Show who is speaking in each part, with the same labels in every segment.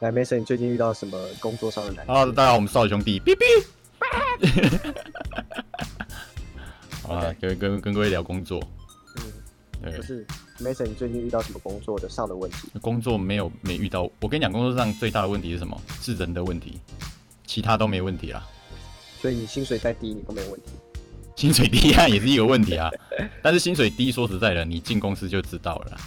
Speaker 1: 来，Mason，你最近遇到什么工作上的难题？
Speaker 2: Hello，大家好，我们是少女兄弟，哔哔。 好了
Speaker 1: OK
Speaker 2: 跟跟跟各位聊工作，
Speaker 1: 嗯，
Speaker 2: 对
Speaker 1: 就，是 Mason，你最近遇到什么工作的上的问题？
Speaker 2: 工作没有没遇到。我跟你讲，工作上最大的问题是什么？是人的问题，其他都没问题啦。
Speaker 1: 所以你薪水再低，你都没有问题。
Speaker 2: 薪水低啊，也是一个问题 啊。但是薪水低，说实在的，你进公司就知道了啦，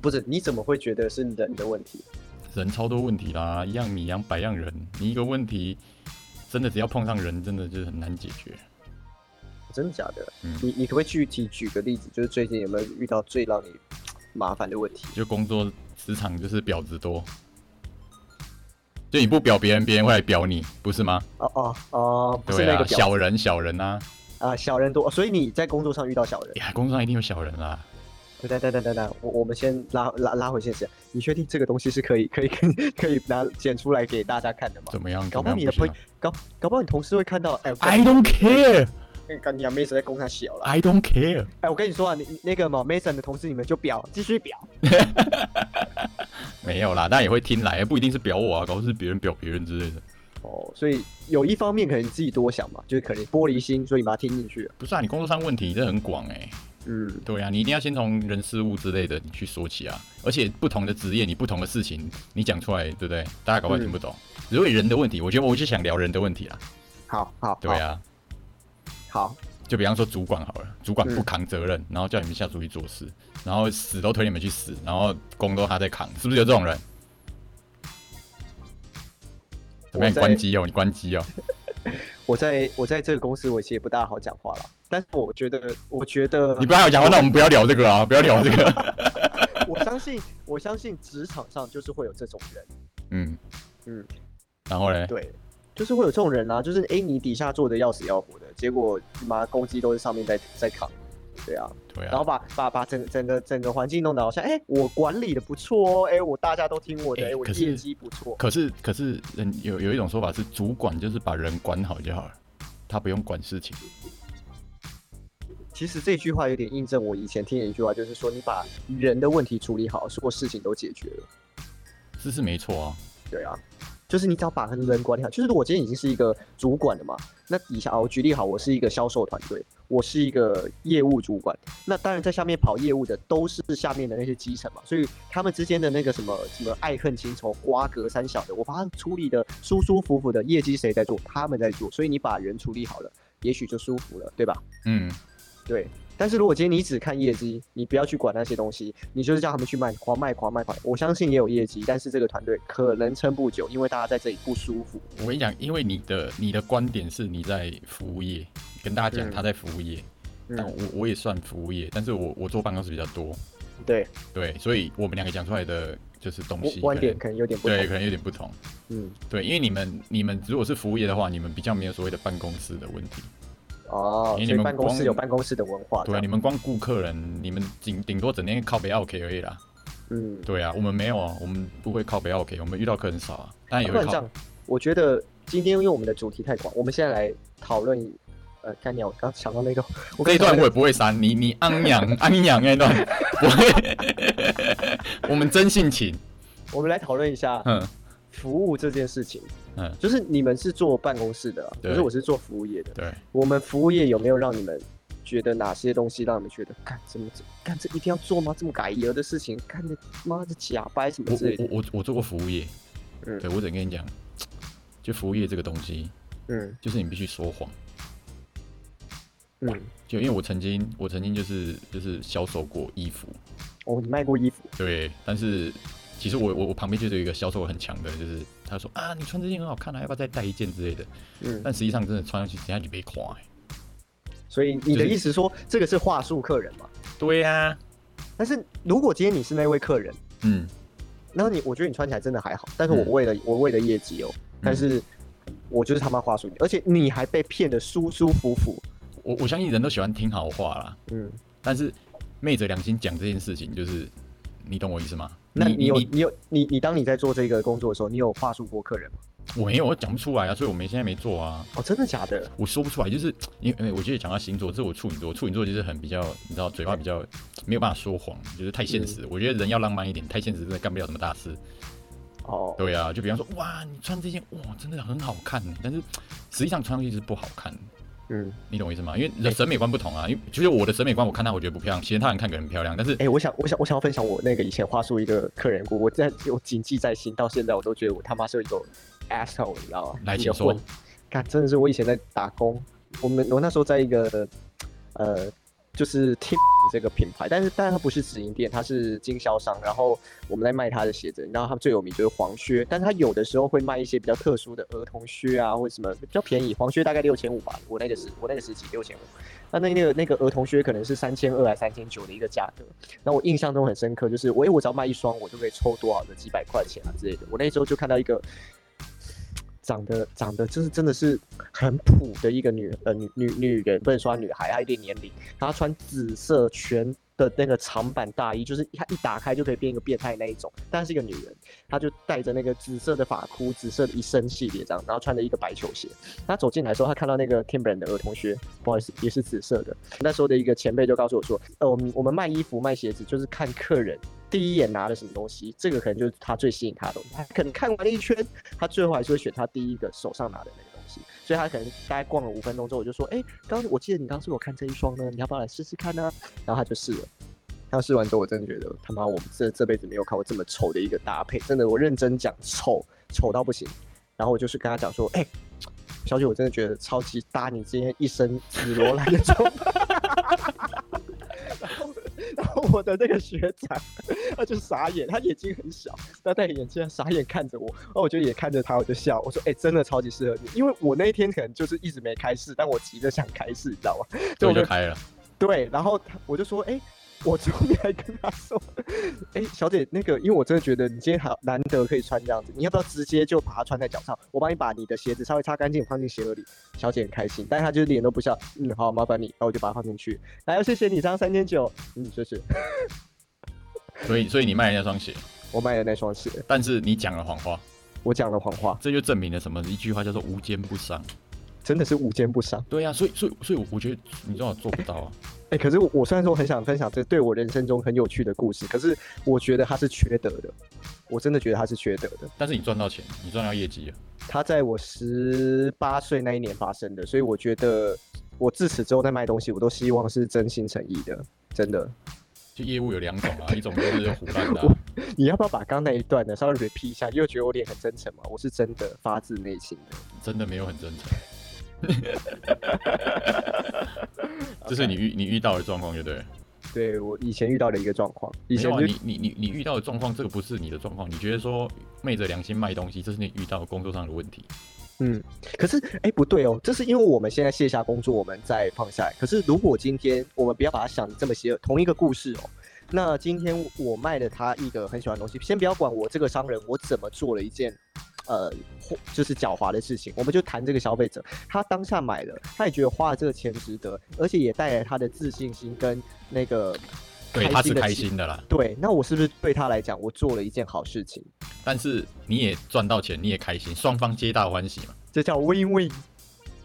Speaker 1: 不是，你怎么会觉得是人的问题？
Speaker 2: 人超多问题啦，一样米养百样人，你一个问题，真的只要碰上人，真的就是很难解决。
Speaker 1: 真的假的？
Speaker 2: 嗯
Speaker 1: 你你可不可以具体举个例子，就是最近有没有遇到最让你麻烦的问题？
Speaker 2: 就工作职场就是婊子多，就你不表别人，别人会来表你，不是吗？
Speaker 1: 哦哦哦，不是
Speaker 2: 对
Speaker 1: 那
Speaker 2: 啊
Speaker 1: 个，表
Speaker 2: 小人小人啊，哎
Speaker 1: 啊、小人多、哦所以你在工作上遇到小人。
Speaker 2: 呀，工作上一定有小人啊啦。
Speaker 1: 等等等等等等，我我们先拉拉拉回现实，你确定这个东西是可以可以 可以拿剪出来给大家看的吗？
Speaker 2: 怎么样？
Speaker 1: 搞不
Speaker 2: 怎么
Speaker 1: 好
Speaker 2: 样？
Speaker 1: 你的
Speaker 2: 不
Speaker 1: 朋
Speaker 2: 行啊
Speaker 1: 搞搞不好你同事会看到，哎、我
Speaker 2: I don't care,
Speaker 1: 跟跟你讲，Mason 在攻他小了。
Speaker 2: I don't care。
Speaker 1: 哎、我跟你说啊，你你那个嘛，Mason 的同事你们就表，继续表。
Speaker 2: 没有啦，但也会听来，不一定是表我啊，搞不好是别人表别人之类的。
Speaker 1: 哦，所以有一方面可能你自己多想嘛，就是可能玻璃心，所以你把它听进去了。
Speaker 2: 不是啊，你工作上问题这很广哎、
Speaker 1: 嗯，
Speaker 2: 对啊，你一定要先从人事物之类的你去说起啊。而且不同的职业，你不同的事情，你讲出来，对不对？大家搞不好听不
Speaker 1: 嗯
Speaker 2: 懂。如果人的问题，我觉得我就想聊人的问题啦。
Speaker 1: 好好，
Speaker 2: 对啊，
Speaker 1: 好，好，
Speaker 2: 就比方说主管好了，主管不扛责任，然后叫你们下属去做事，然后死都推你们去死，然后工都他在扛，是不是有这种人？怎
Speaker 1: 我
Speaker 2: 么样？你
Speaker 1: 在
Speaker 2: 关机哦，你关机哦。
Speaker 1: 我在我在这个公司，我其实也不大好讲话了。但是我觉得，我觉得，
Speaker 2: 你不要讲话，那我们不要聊这个啊，不要聊这个。
Speaker 1: 我相信，我相信职场上就是会有这种人，
Speaker 2: 嗯
Speaker 1: 嗯，
Speaker 2: 然后嘞，
Speaker 1: 对，就是会有这种人啊，就是诶，你底下做的要死要活的，结果妈攻击都是上面在在扛，对啊，
Speaker 2: 对
Speaker 1: 然
Speaker 2: 啊
Speaker 1: 后，把把把整整个整个环境弄得好像，哎，我管理的不错哦，哎，我大家都听我的，
Speaker 2: 哎
Speaker 1: 哎，我
Speaker 2: 可是
Speaker 1: 业绩不错，
Speaker 2: 可是可是人有有一种说法是，主管就是把人管好就好了，他不用管事情。
Speaker 1: 其实这句话有点印证我以前听的一句话，就是说你把人的问题处理好，所有事情都解决了。
Speaker 2: 这是没错啊，
Speaker 1: 对啊，就是你只要把人管理好。就是如果今天已经是一个主管了嘛，那底下啊我举例好，我是一个销售团队，我是一个业务主管，那当然在下面跑业务的都是下面的那些基层嘛，所以他们之间的那个什么什么爱恨情仇、瓜葛三小的，我把它处理的舒舒服服的，业绩谁在做，他们在做，所以你把人处理好了，也许就舒服了，对吧？
Speaker 2: 嗯，
Speaker 1: 对。但是如果今天你只看业绩，你不要去管那些东西，你就是叫他们去卖，狂卖，狂卖，狂卖。我相信也有业绩，但是这个团队可能撑不久，因为大家在这里不舒服。
Speaker 2: 我跟你讲，因为你的你的观点是你在服务业，跟大家讲
Speaker 1: 嗯
Speaker 2: 他在服务业，但
Speaker 1: 嗯，
Speaker 2: 我我也算服务业，但是我我坐办公室比较多，
Speaker 1: 对，
Speaker 2: 对，所以我们两个讲出来的就是东
Speaker 1: 我
Speaker 2: 西
Speaker 1: 观点
Speaker 2: 可
Speaker 1: 可能有点
Speaker 2: 能
Speaker 1: 不
Speaker 2: 对
Speaker 1: 同。
Speaker 2: 可能有点不同，
Speaker 1: 嗯，
Speaker 2: 对，因为你们你们如果是服务业的话，你们比较没有所谓的办公室的问题，
Speaker 1: 哦，
Speaker 2: 因为你
Speaker 1: 所以
Speaker 2: 们
Speaker 1: 办公室
Speaker 2: 光
Speaker 1: 有办公室的文化。
Speaker 2: 对啊，你们光顾客人，你们顶顶多整天靠北 OK 而已啦，
Speaker 1: 嗯，
Speaker 2: 对啊，我们没有啊，我们不会靠北 OK，我们遇到客人少啊，当然
Speaker 1: 要
Speaker 2: 也
Speaker 1: 不
Speaker 2: 会
Speaker 1: 然这
Speaker 2: 靠
Speaker 1: 样，我觉得今天因为我们的主题太广，我们现在来讨论。呃，干鸟，我刚想到那个，我
Speaker 2: 这
Speaker 1: 刚
Speaker 2: 一段
Speaker 1: 想到
Speaker 2: 我也不会删，你你昂扬昂扬那段，我会， 我们真性情，
Speaker 1: 我们来讨论一下
Speaker 2: 嗯
Speaker 1: 服务这件事情。
Speaker 2: 嗯，
Speaker 1: 就是你们是做办公室的啊，可
Speaker 2: 对
Speaker 1: 是我是做服务业的。
Speaker 2: 对，
Speaker 1: 我们服务业有没有让你们觉得哪些东西让你们觉得干怎么干这一定要做吗？这么改革的事情，干的妈的假掰什么
Speaker 2: 我
Speaker 1: 之类的
Speaker 2: 我。我我我做过服务业，
Speaker 1: 嗯
Speaker 2: 对我只能跟你讲，就服务业这个东西，
Speaker 1: 嗯
Speaker 2: 就是你必须说谎。
Speaker 1: 嗯，
Speaker 2: 就因为我曾经，我曾经就是就是销售过衣服，
Speaker 1: 哦，你卖过衣服？
Speaker 2: 对，但是其实我我我旁边就是有一个销售很强的，就是他说啊，你穿这件很好看啊，要不要再带一件之类的，
Speaker 1: 嗯，
Speaker 2: 但实际上真的穿上去，人家就被夸、欸。
Speaker 1: 所以你的
Speaker 2: 就是
Speaker 1: 意思说这个是话术客人嘛？
Speaker 2: 对呀、
Speaker 1: 啊但是如果今天你是那位客人，
Speaker 2: 嗯，
Speaker 1: 然后你我觉得你穿起来真的还好，但是我
Speaker 2: 嗯
Speaker 1: 为了、我为了业绩哦，但是我就是他妈话术你，而且你还被骗的舒舒服服。
Speaker 2: 我我相信人都喜欢听好话啦，
Speaker 1: 嗯，
Speaker 2: 但是昧着良心讲这件事情，就是你懂我意思吗？
Speaker 1: 那你有
Speaker 2: 你
Speaker 1: 你有你你当你在做这个工作的时候，你有话术过客人吗？
Speaker 2: 我没有，我讲不出来啊，所以我们现在没做啊。
Speaker 1: 哦，真的假的？
Speaker 2: 我说不出来，就是因为因为我觉得讲到星座，这是我处女座，处女座就是很比较，你知道，嘴巴比较
Speaker 1: 嗯
Speaker 2: 没有办法说谎，就是太现实。我觉得人要浪漫一点，太现实真的干不了什么大事。
Speaker 1: 哦，
Speaker 2: 对啊，就比方说，哇，你穿这件，哇，真的很好看呢，但是实际上穿上去是不好看，
Speaker 1: 嗯，
Speaker 2: 你懂我意思吗？因为人审美观不同啊，因为就是我的审美观，我看她我觉得不漂亮，其实他人看可能漂亮，但是
Speaker 1: 哎、我想，我想，我想要分享我那个以前话术一个客人，我我在我谨记在心，到现在我都觉得我他妈是一个 asshole，你知道吗？
Speaker 2: 来
Speaker 1: 一
Speaker 2: 请
Speaker 1: 个
Speaker 2: 说
Speaker 1: 混。看，真的是我以前在打工，我们我那时候在一个呃，就是听 这个品牌，但是但是它不是直营店，它是经销商，然后我们在卖它的鞋子，然后它最有名就是黄靴，但是它有的时候会卖一些比较特殊的儿童靴啊，或者什么比较便宜，黄靴大概六千五吧，我那个时我那个时期六千五。那那那个那个儿童靴可能是三千二还三千九的一个价格，那我印象中很深刻，就是我、诶我只要卖一双，我就可以抽多少的几百块钱啊之类的。我那时候就看到一个长得长得就是真的是很普的一个女呃女女女人，不能说她女孩，她一定年龄，她穿紫色全的那个长版大衣，就是她一打开就可以变一个变态那一种，但是一个女人，她就戴着那个紫色的发箍，紫色的一身系列这样，然后穿着一个白球鞋。她走进来的时候，她看到那个 Timberland 的儿童靴，不好意思，也是紫色的。那时候的一个前辈就告诉我说，呃，我们我们卖衣服卖鞋子就是看客人。第一眼拿了什么东西，这个可能就是他最吸引他的东西。他可能看完了一圈，他最后还是会选他第一个手上拿的那个东西。所以他可能大概逛了五分钟之后，我就说：“哎、刚我记得你刚说我看这一双呢，你要不要来试试看呢、然后他就试了。他试完之后，我真的觉得他妈，我们这这辈子没有看过这么丑的一个搭配，真的，我认真讲，丑丑到不行。然后我就是跟他讲说：“哎、小姐，我真的觉得超级搭你今天一身紫罗兰的装扮。” 然后， 然后我的那个学长，他就傻眼，他眼睛很小，他戴眼镜，傻眼看着我，然后我就也看着他，我就笑，我说：“哎、真的超级适合你，因为我那一天可能就是一直没开市，但我急着想开市，你知道吗？
Speaker 2: 所以
Speaker 1: 我
Speaker 2: 就
Speaker 1: 就
Speaker 2: 开了。
Speaker 1: 对，然后他我就说，哎、我终于还跟他说，哎、小姐，那个，因为我真的觉得你今天好难得可以穿这样子，你要不要直接就把它穿在脚上？我帮你把你的鞋子稍微擦干净，放进鞋盒里。小姐很开心，但是她就是脸都不笑，嗯，好，麻烦你，然后我就把它放进去。来，谢谢你，这样三千九，嗯，谢谢。
Speaker 2: 所以所以你卖了那双鞋，
Speaker 1: 我买了那双鞋，
Speaker 2: 但是你讲了谎话，
Speaker 1: 我讲了谎话，
Speaker 2: 这就证明了什么？一句话叫做无奸不商。
Speaker 1: 真的是无奸不商。
Speaker 2: 对呀、所以所以所以我我觉得你知道我做不到啊。
Speaker 1: 哎、可是我我虽然说很想分享这对我人生中很有趣的故事，可是我觉得它是缺德的，我真的觉得它是缺德的。
Speaker 2: 但是你赚到钱，你赚到业绩啊了。
Speaker 1: 它在我十八岁那一年发生的，所以我觉得我自此之后在卖东西，我都希望是真心诚意的，真的。
Speaker 2: 就业务有两种啊，一种就是胡乱的啊、
Speaker 1: 你要不要把刚那一段呢稍微 repeat 一下？因为我觉得我脸很真诚嘛，我是真的发自内心的。
Speaker 2: 真的没有很真诚。 这是你遇你遇到的状况，就对了。
Speaker 1: 对我以前遇到的一个状况，以
Speaker 2: 没
Speaker 1: 前
Speaker 2: 有啊，
Speaker 1: 就
Speaker 2: 你你你你遇到的状况，这个不是你的状况。你觉得说昧着良心卖东西，这是你遇到工作上的问题。
Speaker 1: 嗯，可是哎、不对哦，这是因为我们现在卸下工作，我们再放下来。可是如果今天我们不要把它想得这么邪恶，同一个故事哦。那今天我卖了他一个很喜欢的东西，先不要管我这个商人我怎么做了一件，呃，或就是狡猾的事情，我们就谈这个消费者，他当下买了，他也觉得花了这个钱值得，而且也带来他的自信心跟那个
Speaker 2: 对，他是
Speaker 1: 的
Speaker 2: 开
Speaker 1: 情。
Speaker 2: 心的啦，
Speaker 1: 对，那我是不是对他来讲，我做了一件好事情？
Speaker 2: 但是你也赚到钱，你也开心，双方皆大欢喜嘛。
Speaker 1: 这叫 win win。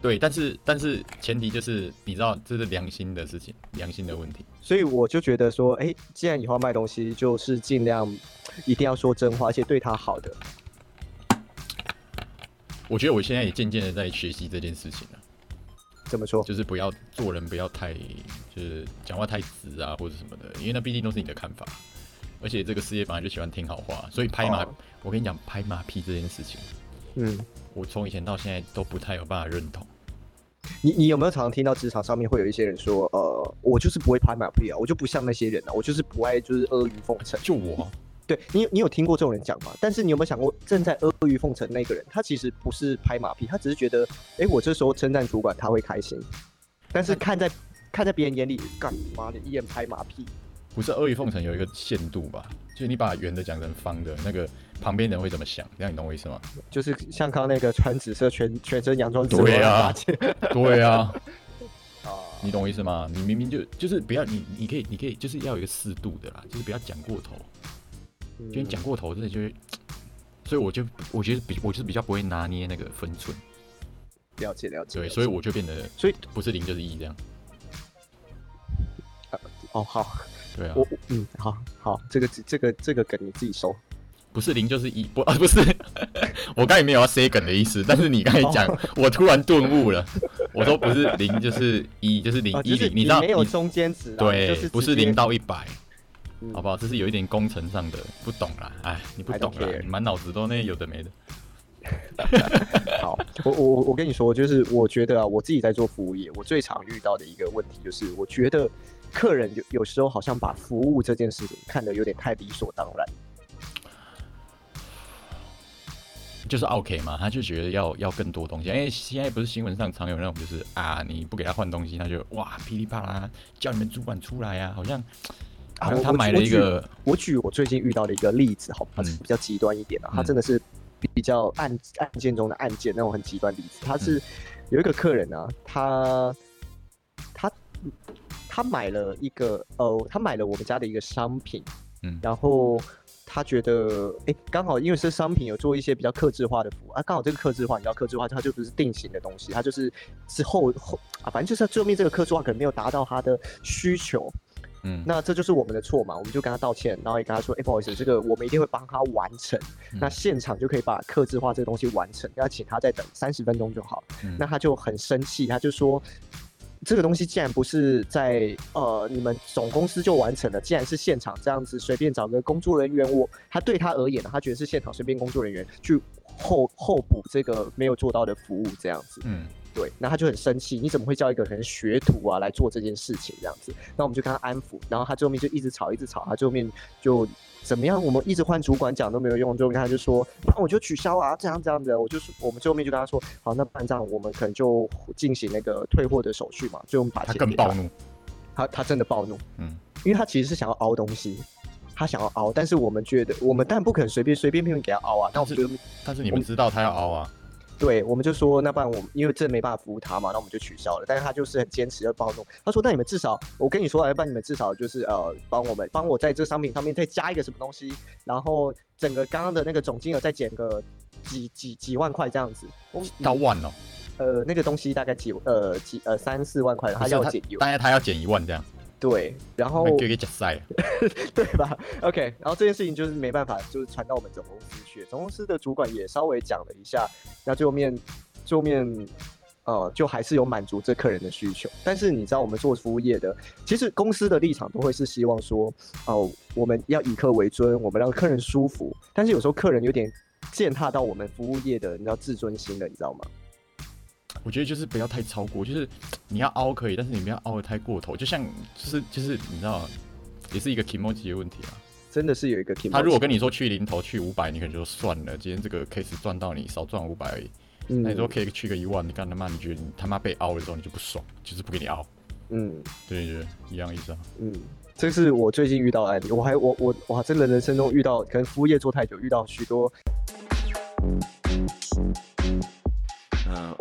Speaker 2: 对，但是但是前提就是你知道这是良心的事情，良心的问题。
Speaker 1: 所以我就觉得说，哎、既然以后要卖东西，就是尽量一定要说真话，而且对他好的。
Speaker 2: 我觉得我现在也渐渐的在学习这件事情了，
Speaker 1: 怎么说？
Speaker 2: 就是不要做人不要太就是讲话太直啊或者什么的，因为那毕竟都是你的看法。而且这个世界本来就喜欢听好话，所以拍马，
Speaker 1: 哦
Speaker 2: 我跟你讲拍马屁这件事情，
Speaker 1: 嗯，
Speaker 2: 我从以前到现在都不太有办法认同。
Speaker 1: 你你有没有常常听到职场上面会有一些人说，呃，我就是不会拍马屁啊，我就不像那些人啊，我就是不爱就是阿谀奉承。
Speaker 2: 就我，
Speaker 1: 对你，你有听过这种人讲吗？但是你有没有想过，正在阿谀奉承那个人，他其实不是拍马屁，他只是觉得，哎、我这时候称赞主管他会开心，但是看在看在别人眼里，干妈的一人拍马屁，
Speaker 2: 不是阿谀奉承有一个限度吧？就是你把圆的讲成方的，那个旁边人会怎么想？这样你懂我意思吗？
Speaker 1: 就是像刚那个穿紫色全全身洋装，
Speaker 2: 对啊对啊，
Speaker 1: 啊，
Speaker 2: 你懂我意思吗？你明明就就是不要你，你可以你可以就是要有一个适度的啦，就是不要讲过头。
Speaker 1: 嗯
Speaker 2: 就你讲过头，真的就会，所以我就我觉得比我就是比较不会拿捏那个分寸，
Speaker 1: 了解了解，
Speaker 2: 对，
Speaker 1: 了解
Speaker 2: 所以我就变得
Speaker 1: 所以
Speaker 2: 不是零就是一这样，
Speaker 1: 哦好，
Speaker 2: 对啊
Speaker 1: 哦嗯我，
Speaker 2: 啊
Speaker 1: 我嗯好好，这个这个这个梗你自己收。
Speaker 2: 不是零就是一，不啊不是， 我刚才没有要 say 梗的意思，但是你刚才讲，
Speaker 1: 哦
Speaker 2: 我突然顿悟了，我说不是零就是一，就是零
Speaker 1: 啊，
Speaker 2: 一
Speaker 1: 就是
Speaker 2: 零，你知道
Speaker 1: 没有中间值啊，就
Speaker 2: 对，不
Speaker 1: 是
Speaker 2: 是零到一百
Speaker 1: 嗯，
Speaker 2: 好不好？这是有一点工程上的不懂啦，哎，你不
Speaker 1: I don't
Speaker 2: 懂啦
Speaker 1: care，
Speaker 2: 你满脑子都那有的没的。
Speaker 1: 好，我我我我跟你说，就是我觉得啊，我自己在做服务业，我最常遇到的一个问题就是，我觉得客人有有时候好像把服务这件事情看得有点太理所当然。
Speaker 2: 就是 OK 嘛，他就觉得要要更多东西。因为现在不是新闻上常有那种，就是啊，你不给他换东西，他就哇噼里啪啦叫你们主管出来啊，好像
Speaker 1: 啊
Speaker 2: 好像
Speaker 1: 我
Speaker 2: 他
Speaker 1: 我
Speaker 2: 买
Speaker 1: 我
Speaker 2: 了一
Speaker 1: 举
Speaker 2: 个
Speaker 1: 我举我最近遇到的一个例子，好吧，它是
Speaker 2: 嗯
Speaker 1: 比较极端一点啊，它
Speaker 2: 嗯
Speaker 1: 真的是比比较案案件中的案件那种很极端例子。他是
Speaker 2: 嗯
Speaker 1: 有一个客人啊，他他他买了一个呃，他买了我们家的一个商品，
Speaker 2: 嗯
Speaker 1: 然后。他觉得，哎、刚好因为是商品有做一些比较克制化的服务啊，刚好这个克制化，你知道克制化它就不是定型的东西，它就是是后后啊，反正就是最后面这个克制化可能没有达到他的需求，
Speaker 2: 嗯，
Speaker 1: 那这就是我们的错嘛，我们就跟他道歉，然后也跟他说，哎、不好意思，这个我们一定会帮他完成。
Speaker 2: 嗯
Speaker 1: 那现场就可以把刻字化这个东西完成，要请他再等三十分钟就好。
Speaker 2: 嗯
Speaker 1: 那他就很生气，他就说。这个东西既然不是在呃你们总公司就完成了，既然是现场这样子随便找个工作人员，我他对他而言呢，他觉得是现场随便工作人员去后后补这个没有做到的服务这样子。
Speaker 2: 嗯
Speaker 1: 对，那他就很生气，你怎么会叫一个可能学徒啊来做这件事情这样子？那我们就跟他安抚，然后他最后面就一直吵，一直吵，他最后面就怎么样？我们一直换主管讲都没有用，最后面他就说，那我就取消啊，这样这样的，我就是我们最后面就跟他说，好，那班长，我们可能就进行那个退货的手续嘛，最后我们把
Speaker 2: 他
Speaker 1: 钱
Speaker 2: 更
Speaker 1: 给
Speaker 2: 暴，怒，
Speaker 1: 他他真的暴怒，
Speaker 2: 嗯
Speaker 1: 因为他其实是想要熬东西。他想要熬，但是我们觉得我们当然不肯随便随便便给他熬啊。那我们就
Speaker 2: 但是你们知道他要熬啊，
Speaker 1: 对，我们就说，那不然我们因为这没办法服务他嘛，那我们就取消了。但是他就是很坚持要暴怒，他说：“那你们至少，我跟你说，啊要不然你们至少就是呃，帮我们帮我在这商品上面再加一个什么东西，然后整个刚刚的那个总金额再减个几几几万块这样子。我
Speaker 2: 到万哦，
Speaker 1: 呃那个东西大概几呃几呃三四万块，他
Speaker 2: 不是
Speaker 1: 要减油，哦
Speaker 2: 当然他要减一万这样，
Speaker 1: 对，然后
Speaker 2: 那给给假赛，
Speaker 1: 对吧？OK，然后这件事情就是没办法，就是传到我们总公司去，总公司的主管也稍微讲了一下，那最后面，最后面，呃，就还是有满足这客人的需求。但是你知道，我们做服务业的，其实公司的立场都会是希望说，哦、我们要以客为尊，我们让客人舒服。但是有时候客人有点践踏到我们服务业的，你知道自尊心了，你知道吗？
Speaker 2: 我觉得就是不要太超过，就是你要凹可以，但是你不要凹的太过头，就像就是就是你知道，也是一个 emoji 的问题啊。
Speaker 1: 真的是有一个 key，
Speaker 2: 他如果跟你说去零头去五百，你可能就算了，今天这个 case 赚到你少赚五百而已。那你
Speaker 1: 嗯
Speaker 2: 说可以去个一万，你干他妈你觉得你他妈被凹的时候你就不爽，就是不给你凹，
Speaker 1: 嗯。
Speaker 2: 对对对，一样意思啊。
Speaker 1: 嗯，这是我最近遇到的案例，我还我我哇，真的人生中遇到，可能服务业做太久，遇到许多
Speaker 3: 呃，